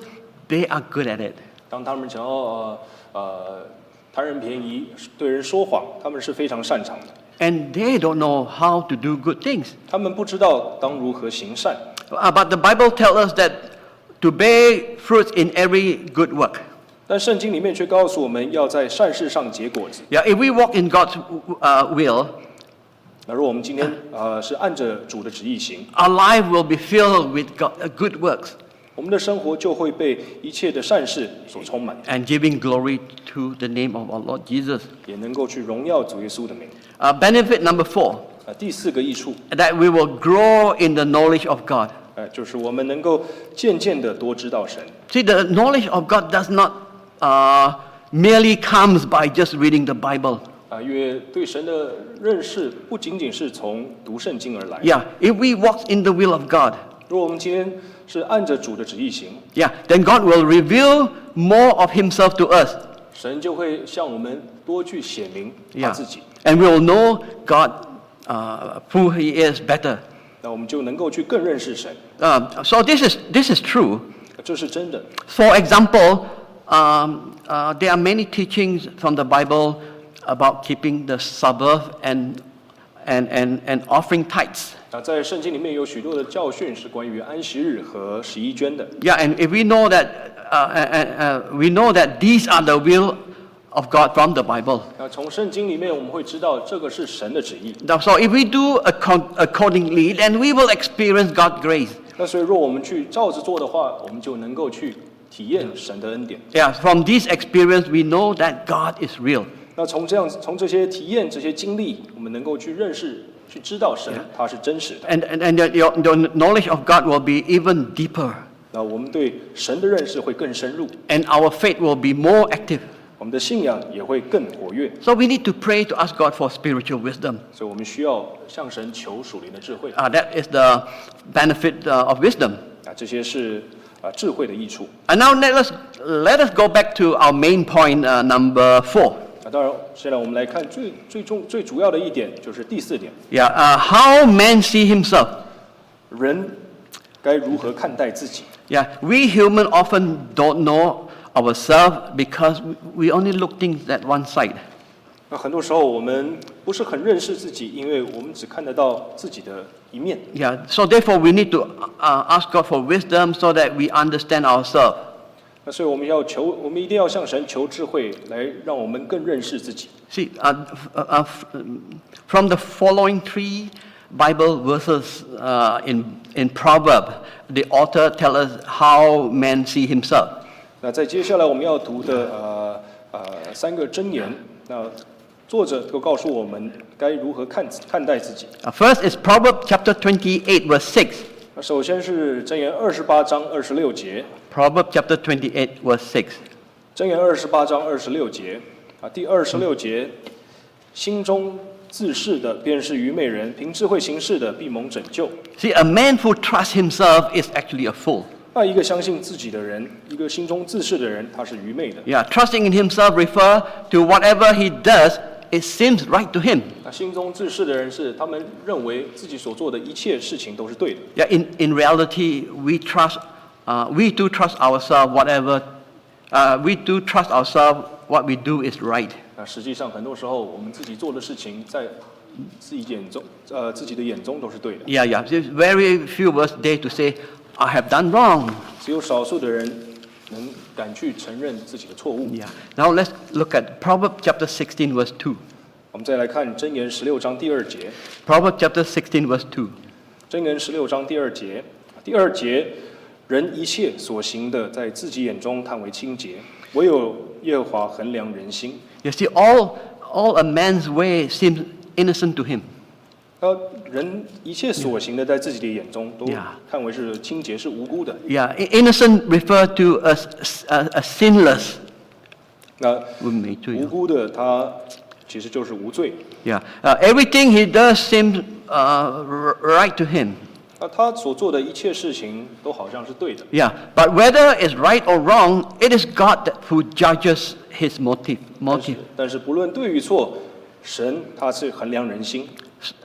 Speaker 1: they are good at it.
Speaker 2: 当他们想要呃呃贪人便宜、对人说谎，他们是非常擅长的。
Speaker 1: And they don't know how to do good things.
Speaker 2: 他们不知道当如何行善，
Speaker 1: Uh, but the Bible tells us that to bear fruits in every good work.
Speaker 2: 但圣经里面却告诉我们要在善事上结果子。
Speaker 1: Yeah, if we walk in God's uh, will,
Speaker 2: 那如果我们今天呃是按着主的旨意行，
Speaker 1: our life will be filled with God, uh, good works
Speaker 2: 我们的生活就会被一切的善事所充满，
Speaker 1: and giving glory to the name of our Lord Jesus.
Speaker 2: 也能够去荣耀主耶稣的名。
Speaker 1: Uh, benefit number four
Speaker 2: 啊，第四个益处，
Speaker 1: that we will grow in the knowledge of God.
Speaker 2: 呃，就是我们能够渐渐的多知道神。
Speaker 1: See, the knowledge of God does not uh, merely comes by just reading the Bible.
Speaker 2: 啊，因为对神的认识不仅仅是从读圣经而来。
Speaker 1: Yeah, if we walk in the will of God,
Speaker 2: 如果我们今天是按着主的旨意行，
Speaker 1: yeah, then God will reveal more of Himself to us.
Speaker 2: 神就会向我们多去显明他
Speaker 1: Yeah,
Speaker 2: 自己，
Speaker 1: and we will know God uh, who He is better.
Speaker 2: 那我们就能够去更认识神，
Speaker 1: Uh, so this is this is true.
Speaker 2: 这是真的。
Speaker 1: For example, um, uh, there are many teachings from the Bible about keeping the Sabbath and and and, and offering tithes.
Speaker 2: 那啊在圣经里面有许多的教训是关于安息日和十一捐的。
Speaker 1: Yeah, and if we know that, uh, uh, uh, we know that these are the will of God from the Bible.
Speaker 2: 那啊从圣经里面我们会知道这个是神的旨意。
Speaker 1: Now, so if we do accor- accordingly, then we will experience God's grace.
Speaker 2: 那所以若我们去照着做的话，我们就能够去体验神的恩典。
Speaker 1: Yeah, from this experience, we know that God is real.
Speaker 2: 那从这样从这些体验、这些经历，我们能够去认识、去知道神他是真实的。
Speaker 1: And, and, and that your, your knowledge of God will be even deeper.
Speaker 2: 那我们对神的认识会更深入，
Speaker 1: And our faith will be more active.
Speaker 2: 我们的信仰也会更活跃。
Speaker 1: So we need to pray to ask God for spiritual wisdom.
Speaker 2: 所以我们需要向神求属灵的智慧
Speaker 1: Uh, that is the benefit uh, of wisdom.
Speaker 2: 啊，这些是啊智慧的益处
Speaker 1: And now let us, let us go back to our main point, uh, number four.
Speaker 2: 啊。当然，现在我们来看最最重最主要的一点就是第四点，
Speaker 1: Yeah, uh, how man see himself.
Speaker 2: 人该如何看待自己
Speaker 1: Yeah, we human often don't know ourselves because we only look things at one side.
Speaker 2: 那很多时候我们不是很认识自己，因为我们只看得到自己的一面。
Speaker 1: Yeah, so therefore we need to uh, ask God for wisdom so that we understand ourselves.
Speaker 2: 那所以我们要求，我们一定要向神求智慧，来让我们更认识自己。
Speaker 1: See, uh, f- uh, uh, f- um, from the following three Bible verses uh, in, in Proverb, the author tells us how man see himself.
Speaker 2: 那在接下来我们要读的呃呃三个箴言，那作者就告诉我们该如何看看待自己。
Speaker 1: Uh, first is Proverb chapter 28, verse 6.
Speaker 2: 那首先是箴言二十八章二十六节，
Speaker 1: Proverb chapter 28, verse 6.
Speaker 2: 箴言二十八章二十六节啊，第二十六节，心中自恃的便是愚昧人，凭智慧行事的必蒙拯救。
Speaker 1: See, a man who trusts himself is actually a fool.
Speaker 2: 那一个相信自己的人，一个心中自恃的人，他是愚昧的。
Speaker 1: Yeah, trusting in himself refer to whatever he does it seems right to him.
Speaker 2: 那心中自恃的人是，他们认为自己所做的一切事情都是对的。
Speaker 1: Yeah, in, in reality, we trust, uh, we do trust ourselves, whatever, uh, we do trust ourselves, what we do is right.
Speaker 2: 那实际上，很多时候我们自己做的事情，在自己眼中，呃，自己的眼中都是对的。
Speaker 1: Yeah, yeah, there's very few of us dare to say, I have done wrong.
Speaker 2: 只有少数的人能敢去承认自己的错误。
Speaker 1: Yeah. Now let's look at Proverbs chapter 16, verse 2.
Speaker 2: 我们再来看箴言十六章第二节。
Speaker 1: Proverbs chapter 16, verse 2.
Speaker 2: 箴言十六章第二节，第二节，人一切所行的，在自己眼中看为清洁，唯有耶和华衡量人心。
Speaker 1: You see, all, all a man's way seems innocent to him.
Speaker 2: 他人一切所行的，在自己的眼中都
Speaker 1: Yeah.
Speaker 2: 看为是清洁，是无辜的。
Speaker 1: Yeah, i- innocent refer to a, s- a- a sinless.
Speaker 2: 那无
Speaker 1: woman.
Speaker 2: 辜的他其实就是无罪。
Speaker 1: Yeah, uh, everything he does seems uh, r- right to him.
Speaker 2: 那他所做的一切事情都好像是对的，
Speaker 1: Yeah, but whether it's right or wrong, it is God that, who judges his motive.
Speaker 2: 但是
Speaker 1: motive.
Speaker 2: 但是不论对与错，神他是衡量人心。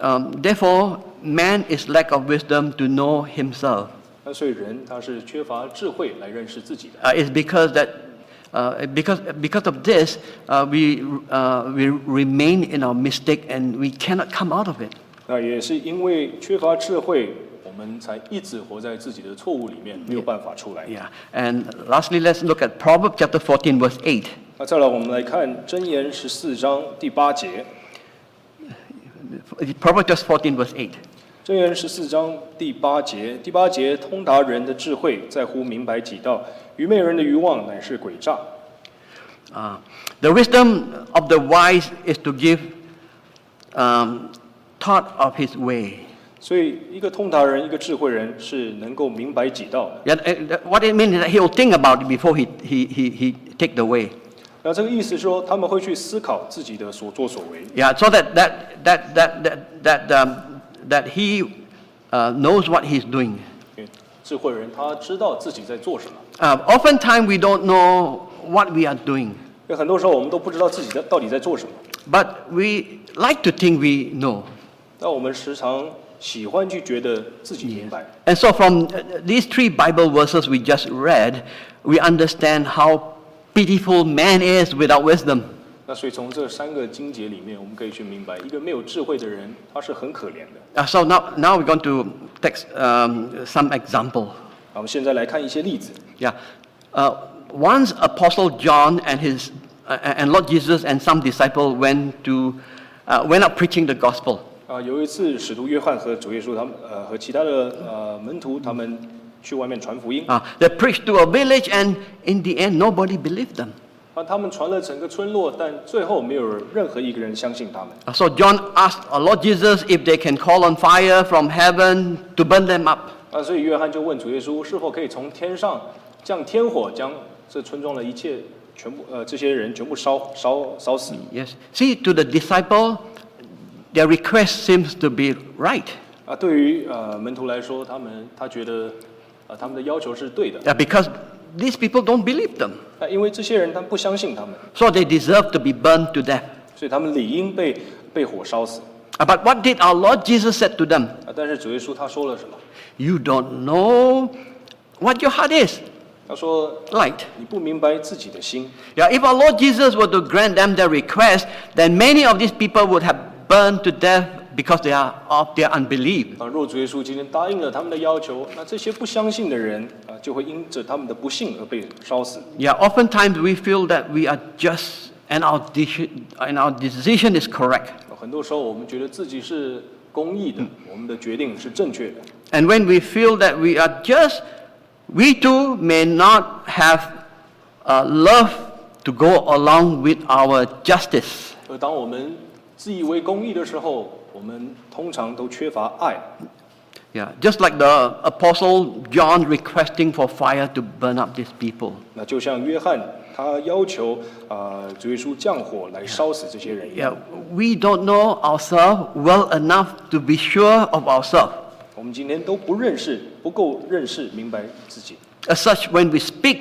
Speaker 1: Um, therefore, man is lack of wisdom to know himself.
Speaker 2: 那所以人他是缺乏智慧来认识自己的。
Speaker 1: Uh, it's because that, uh, because because of this, uh, we uh, we remain in our mistake and we cannot come out of it.
Speaker 2: 那也是因为缺乏智慧，我们才一直活在自己的错误里面，没有办法出来。
Speaker 1: Yeah. And lastly, let's look at Proverbs chapter 14, verse 8.
Speaker 2: 那再来，我们来看箴言十四章第八节。
Speaker 1: Proverbs just 14, verse 8.
Speaker 2: 箴言十四章第八节，第八节，通达人的智慧在乎明白己道，愚昧人的愚妄乃是诡诈。
Speaker 1: Uh, the wisdom of the wise is to give um, thought of his way.
Speaker 2: 所以，一个通达人，一个智慧人是能够明白己道的。
Speaker 1: Yeah, uh, uh, what it means is that he will think about it before he, he, he, he take the way.
Speaker 2: 那这个意思是说，他们会去思考自己的所作所为，
Speaker 1: Yeah, so that, that, that, that, that, that, um, that he uh, knows what he's doing.
Speaker 2: 因为智慧人他知道自己在做什么。
Speaker 1: Uh, oftentimes we don't know what we are doing,
Speaker 2: 因为很多时候我们都不知道自己在到底在做什么，
Speaker 1: but we like to think we know.
Speaker 2: 但我们时常喜欢去觉得自己明白。
Speaker 1: And so, from uh, these three Bible verses we just read, we understand how pitiful man is without wisdom.
Speaker 2: 那所以从这三个经节里面，我们可以去明白，一个没有智慧的人，他是很可怜的。
Speaker 1: Uh, so, now, now we're going to take um, some example.
Speaker 2: 那我们现在来看一些例子。
Speaker 1: Yeah. Uh, once Apostle John and, his, uh, and Lord Jesus and some disciple went, to, uh, went out preaching the gospel.
Speaker 2: 啊，有一次使徒约翰和主耶稣他们呃和其他的呃门徒他们去外面传福音，
Speaker 1: Uh, they preached to a village, and in the end, nobody believed them.
Speaker 2: 啊，他们传了整个村落，但最后没有任何一个人相信他们。
Speaker 1: Uh, so, John asked our Lord Jesus if they can call on fire from heaven to burn them up.
Speaker 2: 啊，所以约翰就问主耶稣是否可以从天上降天火，将这村庄的一切全部呃这些人全部烧烧烧死。
Speaker 1: Yes. See, to the disciple, their request seems to be right
Speaker 2: 啊，对于呃门徒来说，他们他觉得呃他们的要求是对的，
Speaker 1: uh, because these people don't believe them.
Speaker 2: 那因为这些人他们不相信他们，
Speaker 1: So they deserve to be burned to death.
Speaker 2: 所以他们理应被被火烧死。
Speaker 1: Uh, But what did our Lord Jesus said to them?
Speaker 2: 啊，但是主耶稣他说了什么？
Speaker 1: You don't know what your heart is
Speaker 2: 他说
Speaker 1: like.
Speaker 2: 你不明白自己的心。
Speaker 1: Yeah, if our Lord Jesus were to grant them their request, then many of these people would have burned to death because they are of their unbelief.
Speaker 2: 啊，若主耶稣今天答应了他们的要求，那这些不相信的人啊，就会因着他们的不信而被烧死。
Speaker 1: Yeah, oftentimes we feel that we are just and our, deci- and our decision is correct.
Speaker 2: 很多时候，我们觉得自己是公义的，我们的决定是正确的。
Speaker 1: And when we feel that we are just, we too may not have uh, love to go along with our justice.
Speaker 2: 而当我们自以为公义的时候，我们通常都缺乏爱。
Speaker 1: Yeah, just like the Apostle John requesting for fire to burn up these people.
Speaker 2: 那就像约翰他要求啊、主耶稣降火来烧死这些人一样，
Speaker 1: Yeah, we don't know ourselves well enough to be sure of ourselves.
Speaker 2: 我们今天都不认识，不够认识明白自己。
Speaker 1: As such, when we speak,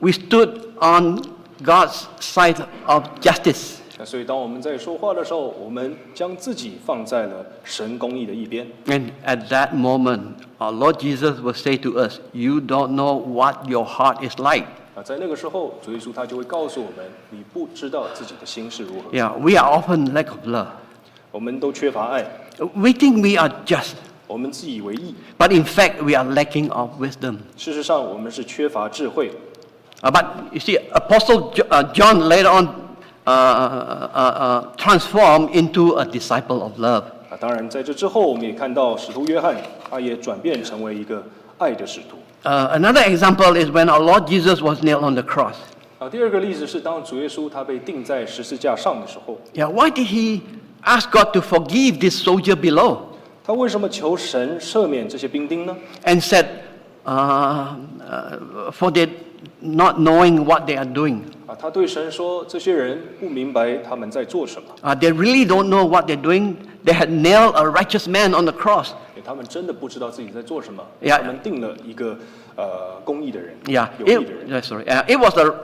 Speaker 1: we stood on God's side of justice.
Speaker 2: 那所以，当我们在说话的时候，我们将自己放在了神公义的一边。
Speaker 1: And at that moment, our Lord Jesus will say to us, You don't know what your heart is like.
Speaker 2: 啊，在那个时候，主耶稣他就会告诉我们，你不知道自己的心是如何。
Speaker 1: Yeah, we are often lack of love.
Speaker 2: 我们都缺乏爱，
Speaker 1: We think we are just,
Speaker 2: 我们自以为义，
Speaker 1: but in fact, we are lacking of wisdom.
Speaker 2: 事实上我们是缺乏智慧。
Speaker 1: Uh, but you see, Apostle Jo- uh, John later on uh, uh, uh, transformed into a disciple of love.
Speaker 2: 啊，当然，在这之后，我们也看到使徒约翰，他也转变成为一个爱的使徒。
Speaker 1: Uh, another example is when our Lord Jesus was nailed on the cross.
Speaker 2: 啊，第二个例子是，当主耶稣他被钉在十字架上的时候，
Speaker 1: Yeah, why did he ask God to forgive this soldier below
Speaker 2: 他为什么求神赦免这些兵丁呢？
Speaker 1: and said, uh, uh, for they not knowing what they are doing?
Speaker 2: 啊，他对神说，这些人不明白他们在做什么，
Speaker 1: Uh, they really don't know what they're doing. They had nailed a righteous man on the cross.
Speaker 2: 因为他们真的不知道自己在做什么。
Speaker 1: 呀
Speaker 2: 他们定了一个呃公义的人
Speaker 1: Yeah,
Speaker 2: 有义的人
Speaker 1: it,。yeah, sorry. Yeah, it was a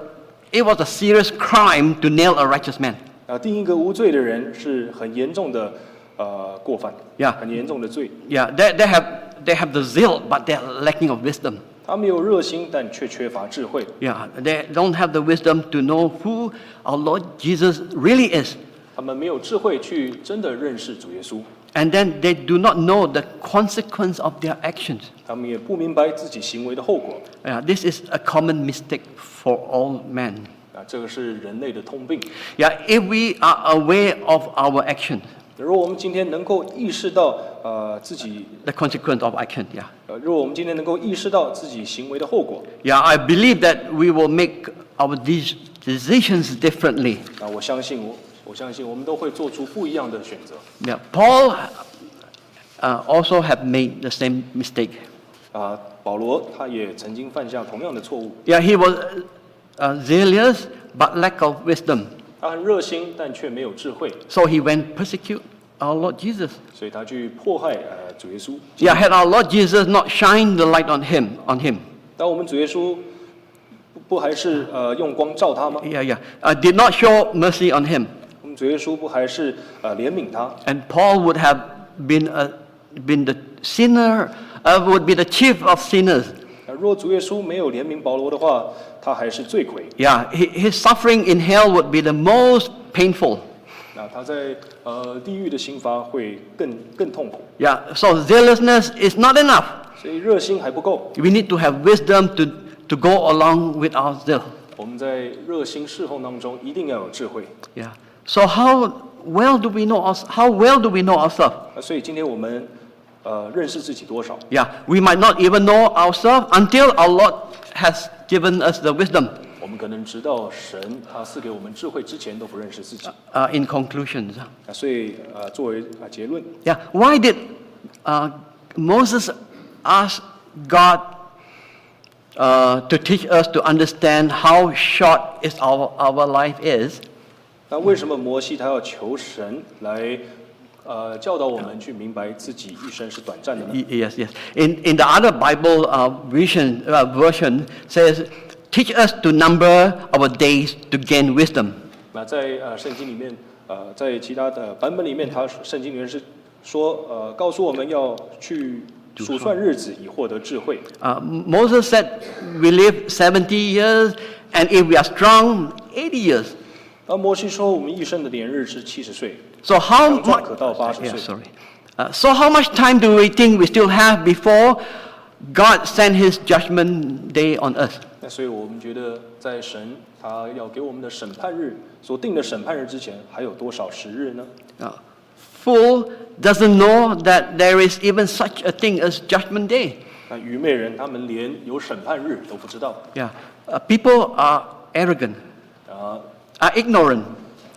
Speaker 1: it was a serious crime to nail a righteous man.
Speaker 2: 啊，定一个无罪的人是很严重的呃过犯
Speaker 1: Yeah
Speaker 2: 很严重的罪。
Speaker 1: Yeah, they, they have they have the zeal, but they're lacking of wisdom.
Speaker 2: 他们有热心，但却缺乏智慧。
Speaker 1: Yeah, they don't have the wisdom to know who our Lord Jesus really is.
Speaker 2: 他们没有智慧去真的认识主耶稣，
Speaker 1: And then they do not know the consequence of their actions.
Speaker 2: 他们也不明白自己行为的后果。
Speaker 1: Yeah, this is a common mistake for all men.
Speaker 2: 啊，这个是人类的通病。
Speaker 1: Yeah, if we are aware of our action,
Speaker 2: 如果我们今天能够意识到，呃，自己，
Speaker 1: the consequence of action, yeah.
Speaker 2: 呃，如果我们今天能够意识到自己行为的后果，
Speaker 1: Yeah, I believe that we will make our de- decisions differently.
Speaker 2: 啊，我相信我，我相信我们都会做出不一样的选择。
Speaker 1: Yeah, Paul uh, also have made the same mistake.
Speaker 2: 啊，保罗他也曾经犯下同样的错误，
Speaker 1: Yeah, he was uh, zealous but lack of wisdom.
Speaker 2: 他很热心，但却没有智慧，
Speaker 1: So he went persecute our Lord Jesus.
Speaker 2: 所以他去迫害呃主耶稣。
Speaker 1: Yeah, had our Lord Jesus not shined the light on him, on him,
Speaker 2: 当我们主耶稣不不还是呃用光照他吗？
Speaker 1: yeah, yeah, uh, did not show mercy on him,
Speaker 2: 我们主耶稣不还是呃怜悯他？
Speaker 1: and Paul would have been a, been the sinner, uh, would be the chief of sinners.
Speaker 2: 呃若主耶稣没有怜悯保罗的话，他还是罪魁。
Speaker 1: Yeah, hi- his suffering in hell would be the most painful.
Speaker 2: 那他在呃地狱的刑罚会更更痛苦。
Speaker 1: Yeah, so zealousness is not enough.
Speaker 2: 所以热心还不够，
Speaker 1: We need to have wisdom to, to go along with our zeal.
Speaker 2: 我们在热心侍奉当中一定要有智慧。
Speaker 1: Yeah. So how well do we know us? How well do we know ourselves?
Speaker 2: 啊那所以今天我们呃认识自己多少？
Speaker 1: Yeah. We might not even know ourselves until our Lord has given us the wisdom.
Speaker 2: 我们可能直到神他赐给我们智慧之前都不认识自己。
Speaker 1: Uh, in conclusions,
Speaker 2: 那所以呃作为啊结论，
Speaker 1: yeah. Why did uh, Moses ask God uh, to teach us to understand how short is our our life is?
Speaker 2: 那为什么摩西他要求神来呃教导我们去明白自己一生是短暂的呢？
Speaker 1: Y- Yes, yes. In, in the other Bible uh, version, uh, version says, teach us to number our days to gain wisdom.
Speaker 2: 那在呃圣经里面，呃在其他的版本里面，它圣经里面是说呃告诉我们要去数算日子以获得智慧。
Speaker 1: Uh, Moses said, we live 70 years, and if we are strong, 80 years.
Speaker 2: 而摩西说，我们一生的年日是七十岁，
Speaker 1: So how
Speaker 2: 强壮
Speaker 1: much?
Speaker 2: 可到八十
Speaker 1: Yeah,
Speaker 2: 岁。
Speaker 1: sorry. Uh, so how much time do we think we still have before God sent His judgment day on us?
Speaker 2: 那所以我们觉得，在神他要给我们的审判日所定的审判日之前，还有多少时日呢？
Speaker 1: Uh, fool doesn't know that there is even such a thing as judgment day.
Speaker 2: 那愚昧人他们连有审判日都不知道
Speaker 1: Yeah, uh, people are arrogant,
Speaker 2: 啊。
Speaker 1: are ignorant.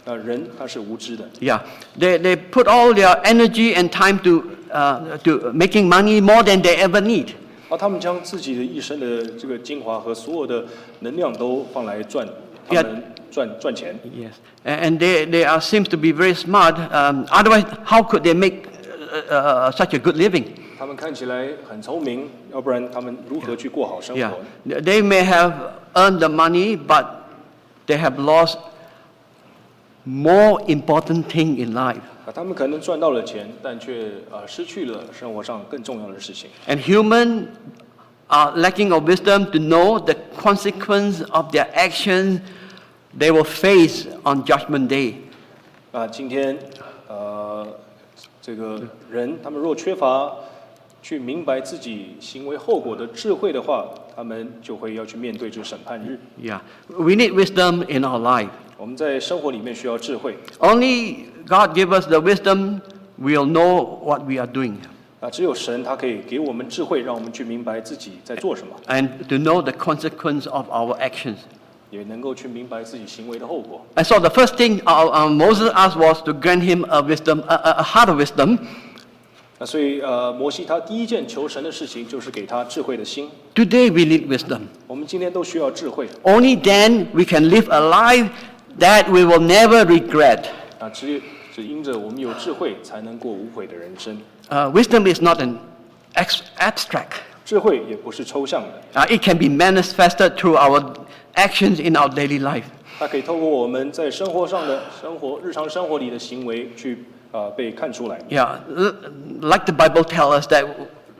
Speaker 2: 那人他是无知的，
Speaker 1: Yeah, they, they put all their energy and time to, uh, to making money more than they ever need.
Speaker 2: 而他们将自己的一生的这个精华和所有的能量都放来赚，他们赚赚钱。
Speaker 1: Yes, A- and they, they are, seems to be very smart. Um, otherwise, how could they make uh, uh, such a good living?
Speaker 2: 他们看起来很聪明，要不然他们如何去过好生活
Speaker 1: Yeah, they may have earned the money, but they have lost more important thing in life.
Speaker 2: 啊，他们可能赚到了钱，但却呃失去了生活上更重要的事情。
Speaker 1: And human are lacking of wisdom to know the consequence of their actions they will face on judgment day.
Speaker 2: 啊，今天呃，这个人他们若缺乏去明白自己行为后果的智慧的话，他们就会要去面对这审判日。
Speaker 1: Yeah. We need wisdom in our life.
Speaker 2: 我们在生活里面需要智慧
Speaker 1: Only God give us the wisdom, we'll know what we are doing
Speaker 2: 啊，只有神他可以给我们智慧，让我们去明白自己在做什么，
Speaker 1: and to know the consequence of our actions.
Speaker 2: 也能够去明白自己行为的后果。
Speaker 1: And so the first thing our, uh, Moses asked was to grant him a wisdom, a, a- a heart of wisdom,
Speaker 2: 那所以呃，摩西他第一件求神的事情就是给他智慧的心。
Speaker 1: Today we need wisdom.
Speaker 2: 我们今天都需要智慧
Speaker 1: Only then we can live a life that we will never regret.
Speaker 2: 啊，只有只因着我们有智慧，才能过无悔的人生。
Speaker 1: Uh, wisdom is not an ex- abstract.
Speaker 2: 智慧也不是抽象的，
Speaker 1: Uh, it can be manifested through our actions in our daily life.
Speaker 2: 它可以透过我们在生活上的生活、日常生活里的行为去啊、呃被看出来。
Speaker 1: Yeah, l- like the Bible tells us that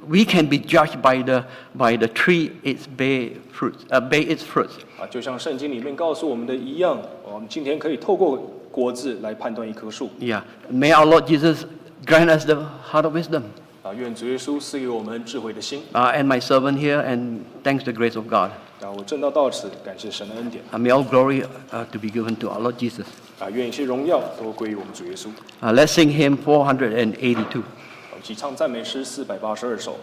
Speaker 1: we can be judged by the, by the tree its bear fruits, uh, bear its fruits.
Speaker 2: 啊，就像圣经里面告诉我们的一样，我们今天可以透过果子来判断一棵树。
Speaker 1: Yeah, may our Lord Jesus grant us the heart of wisdom.
Speaker 2: 啊，愿主耶稣赐给我们智慧的心。
Speaker 1: Uh, and my servant here, and thanks the grace of God.
Speaker 2: 啊，我正道到此，感谢神的恩典。
Speaker 1: Uh, may all glory uh, to be given to our Lord Jesus.
Speaker 2: 啊，愿一切荣耀都归于我们主耶稣。
Speaker 1: Uh, let's sing hymn 482.
Speaker 2: 我们齐唱赞美诗四百八十二首。